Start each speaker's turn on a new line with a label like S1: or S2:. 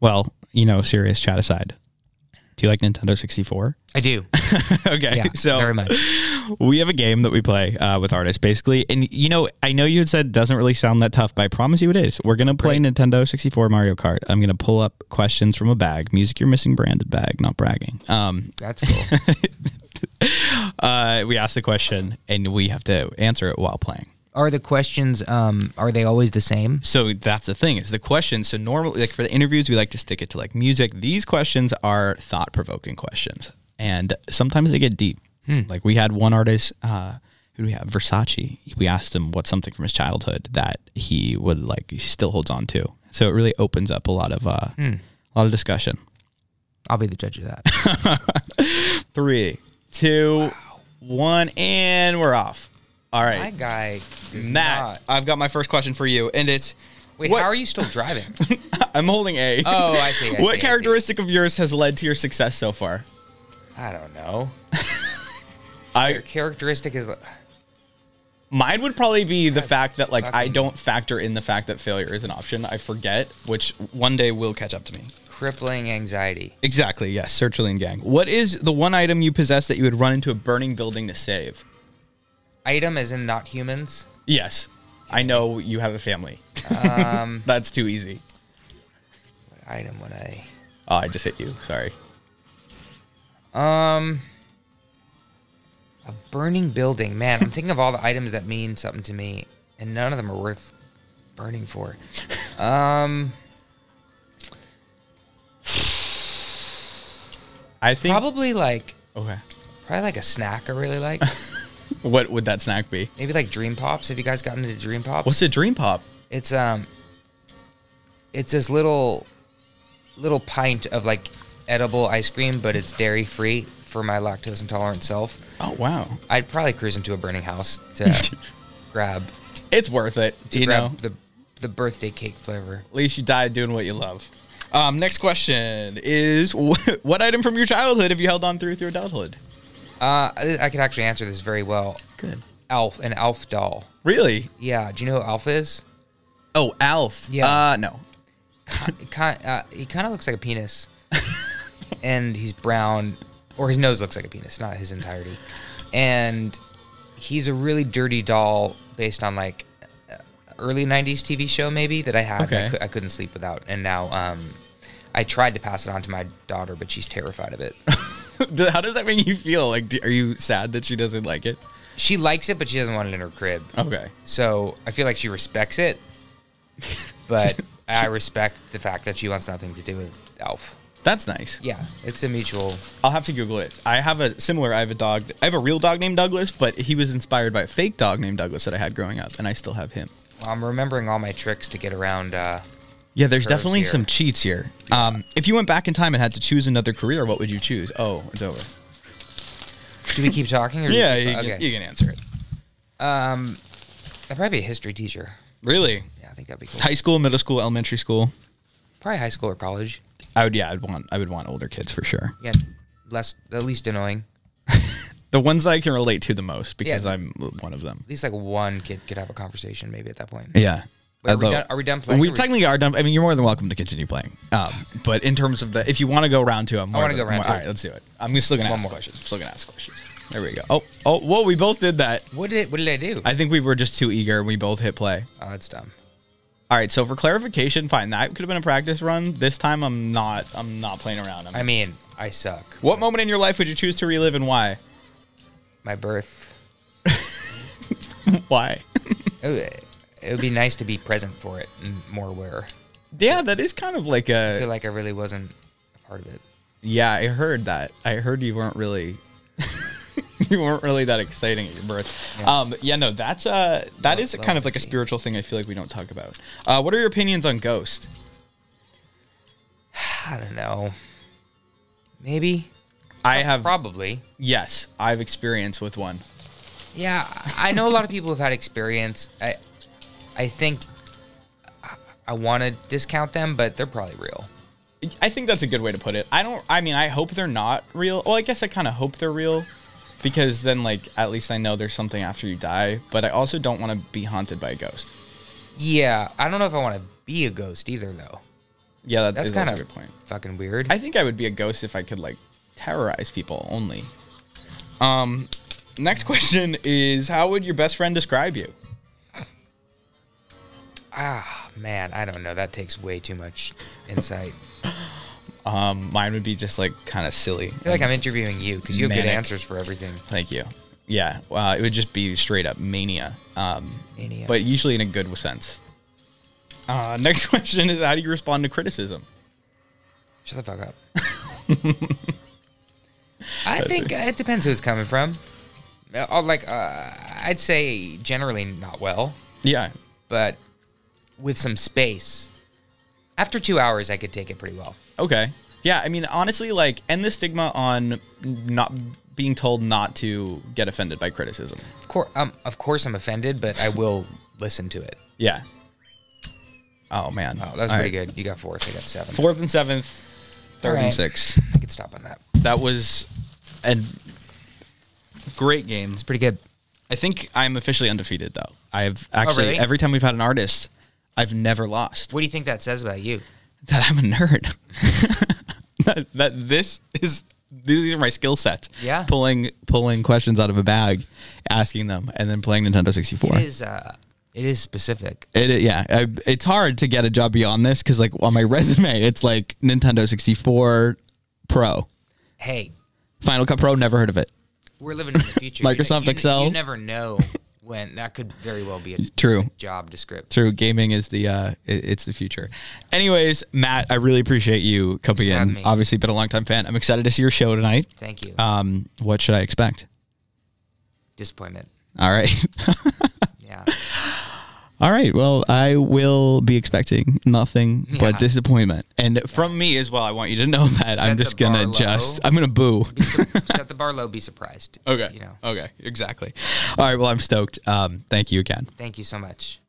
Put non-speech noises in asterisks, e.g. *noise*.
S1: Well, you know, serious chat aside, do you like Nintendo 64?
S2: I *laughs* do.
S1: *laughs* okay.
S2: Yeah,
S1: so
S2: very much.
S1: we have a game that we play uh, with artists basically. And, you know, I know you had said it doesn't really sound that tough, but I promise you it is. We're going to play Nintendo 64 Mario Kart. I'm going to pull up questions from a bag, music you're missing branded bag, not bragging. Um,
S2: That's cool.
S1: uh, we ask the question and we have to answer it while playing.
S2: are the questions um are they always the same?
S1: So that's the thing is the question. So normally, like for the interviews, we like to stick it to like music. These questions are thought provoking questions, and sometimes they get deep. Like we had one artist, uh, who do we have? Versace. We asked him what's something from his childhood that he would like he still holds on to. So it really opens up a lot of uh, a lot of discussion.
S2: I'll be the judge of that.
S1: Three, two, one, and we're off. All
S2: My
S1: right,
S2: guy is
S1: Matt. I've got my first question for you, and it's
S2: not. Wait,
S1: what-
S2: how are you still driving?
S1: *laughs* I'm holding a.
S2: Oh, I see. *laughs* I see, I
S1: what
S2: see.
S1: characteristic of yours has led to your success so far?
S2: I don't know.
S1: I
S2: Characteristic is
S1: mine would probably be the fact that like I
S2: fucking-
S1: don't factor in the fact that failure is an option. I forget, which one day will catch up to me.
S2: crippling anxiety.
S1: Exactly. Yes, Sertraline gang. What is the one item you possess that you would run into a burning building to save?
S2: Item as in not humans.
S1: Yes, I know you have a family. Um, *laughs* That's too easy.
S2: What item would I?
S1: Oh, I just hit you. Sorry.
S2: Um, a burning building. Man, I'm thinking of all the items that mean something to me, and none of them are worth burning for. Um,
S1: I think.
S2: probably like
S1: Okay.
S2: probably like a snack I really like. *laughs*
S1: What would that snack be?
S2: Maybe like Dream Pops. Have you guys gotten into Dream Pops?
S1: What's a dream pop?
S2: It's um, it's this little little pint of like edible ice cream, but it's dairy free for my lactose intolerant self.
S1: Oh wow,
S2: I'd probably cruise into a burning house to
S1: *laughs*
S2: grab
S1: it's worth it.
S2: to
S1: you
S2: grab
S1: know,
S2: the the birthday cake flavor.
S1: At least you died doing what you love. Um, next question is *laughs* wh- what item from your childhood have you held on through through adulthood?
S2: Uh, I, I could actually answer this very well.
S1: Good.
S2: Alf, an Alf doll.
S1: Really?
S2: Yeah. Do you know who Alf is?
S1: Oh, Alf.
S2: Yeah.
S1: Uh, no. *laughs*
S2: Ki- ki- uh, he kind of looks like a penis, and he's brown, or his nose looks like a penis, not his entirety. And he's a really dirty doll based on like uh, early '90s TV show, maybe that I had. and I,
S1: Okay.
S2: cou- I couldn't sleep without, and now um, I tried to pass it on to my daughter, but she's terrified of it.
S1: D- How does that make you feel? Like, do, are you sad that she doesn't like it?
S2: she likes it, but she doesn't want it in her crib.
S1: Okay.
S2: So I feel like she respects it, but I respect the fact that she wants nothing to do with Elf.
S1: That's nice.
S2: Yeah, it's a mutual.
S1: I'll have to Google it. I have a similar. I have a dog. I have a real dog named Douglas, but he was inspired by a fake dog named Douglas that I had growing up, and I still have him.
S2: I'm remembering all my tricks to get around. Uh,
S1: Yeah, there's
S2: Curves
S1: definitely
S2: here.
S1: some cheats here. Um, if you went back in time and had to choose another career, what would you choose? Oh, it's over.
S2: do we keep talking? Or do
S1: *laughs*
S2: we
S1: Yeah,
S2: keep-
S1: you,
S2: okay.
S1: can, you can answer it.
S2: Um, I'd probably be a history teacher.
S1: Really?
S2: Yeah, I think that'd be cool.
S1: High school, middle school, elementary school.
S2: Probably high school or college.
S1: I would yeah, I'd want I would want older kids for sure.
S2: Yeah, less the least annoying.
S1: The ones that I can relate to the most because
S2: Yeah.
S1: I'm one of them.
S2: At least like one kid could have a conversation maybe at that point.
S1: Yeah.
S2: Wait, are we
S1: Although-
S2: done- are we done playing
S1: We
S2: or we-
S1: technically are done. I mean, you're more than welcome to continue playing. Um, but in terms of the, if you want to go round two, I'm more
S2: wanna
S1: than-
S2: go round
S1: more-
S2: two.
S1: All right, let's do it. I'm still gonna
S2: One
S1: ask
S2: more.
S1: questions. I'm still gonna ask questions. There we go. Oh, oh, whoa! We both did that.
S2: What did what did I do?
S1: I think we were just too eager. We both hit play.
S2: oh, that's dumb.
S1: All right. So for clarification, fine. That could have been a practice run. This time, I'm not. I'm not playing around. I'm,
S2: I mean, I suck.
S1: what moment in your life would you choose to relive and why?
S2: My birth.
S1: Why? *laughs*
S2: It would, it would be nice to be present for it and more aware.
S1: Yeah, that is kind of like
S2: I
S1: a.
S2: feel like I really wasn't a part of it.
S1: yeah, I heard that. I heard you weren't really. *laughs* you weren't really that exciting at your birth. Yeah. Um, yeah, no, that's uh, that
S2: Low-
S1: is
S2: low
S1: kind of like a
S2: energy.
S1: spiritual thing. I feel like we don't talk about. Uh, what are your opinions on Ghost?
S2: I don't know. Maybe. Uh,
S1: I have
S2: Probably.
S1: yes, I've experience with one.
S2: Yeah, I know a lot of people have had experience. I, I think I- I want to discount them, but they're probably real.
S1: I think that's a good way to put it. I don't. I mean, I hope they're not real. Well, I guess I kind of hope they're real, because then like at least I know there's something after you die. But I also don't want to be haunted by a ghost.
S2: Yeah, I don't know if I want to be a ghost either, though.
S1: Yeah, that
S2: That's
S1: is also
S2: kind of
S1: a good point.
S2: fucking weird.
S1: I think I would be a ghost if I could like terrorize people only. Um, next *laughs* question is how would your best friend describe you?
S2: ah, man, I don't know. That takes way too much insight.
S1: Um, mine would be just like kind of silly.
S2: I feel like I'm interviewing you because you have good
S1: Manic.
S2: answers for everything.
S1: Thank you. Yeah, uh, it would just be straight up mania. Um,
S2: Mania.
S1: but usually in a good sense. Uh, *laughs* next question is how do you respond to criticism?
S2: Shut the
S1: *laughs*
S2: fuck up. I think uh, it depends who it's coming from. Uh, I'll, like, uh, I'd say generally not well,
S1: Yeah,
S2: but with some space. After two hours, I could take it pretty well.
S1: Okay. Yeah, I mean, honestly, like, end the stigma on not being told not to get offended by criticism.
S2: Of course, um, of course, I'm offended, but I will listen to it.
S1: Yeah. Oh man.
S2: Oh, that was
S1: All
S2: pretty
S1: right.
S2: good. You got fourth. I got seven.
S1: Fourth and seventh, third
S2: All
S1: and
S2: right.
S1: sixth.
S2: I could stop on that.
S1: That was a great game.
S2: It's pretty good.
S1: I think I'm officially undefeated though. I've actually
S2: Oh, really?
S1: every time we've had an artist, I've never lost.
S2: What do you think that says about you?
S1: That I'm a nerd. *laughs* that, that this is these are my skill sets.
S2: Yeah.
S1: Pulling pulling questions out of a bag, asking them, and then playing Nintendo 64.
S2: It is. Uh, it is specific.
S1: It, it- yeah, I, it's hard to get a job beyond this because like on my *laughs* resume, it's like Nintendo 64 Pro,
S2: Hey,
S1: Final Cut Pro. Never heard of it.
S2: we're living in the
S1: *laughs*
S2: future.
S1: Microsoft
S2: you, you-
S1: Excel.
S2: You never know when that could very well be a
S1: True.
S2: job description.
S1: True, gaming is the uh, it, it's the future. Anyways, Matt, I really appreciate you coming
S2: having
S1: in.
S2: me.
S1: Obviously, been a long time fan. I'm excited to see your show tonight.
S2: Thank you.
S1: Um, what should I expect?
S2: Disappointment.
S1: All right, *laughs*
S2: Yeah.
S1: all right. Well, I will be expecting nothing
S2: Yeah.
S1: but disappointment, and from me as well. I want you to know that
S2: Set
S1: I'm
S2: the
S1: just gonna
S2: bar
S1: just
S2: low.
S1: I'm gonna boo.
S2: Be sur- *laughs* set the bar low. Be surprised.
S1: Okay.
S2: You know.
S1: Okay. Exactly. All right. Well, I'm stoked. Um, thank you again.
S2: Thank you so much.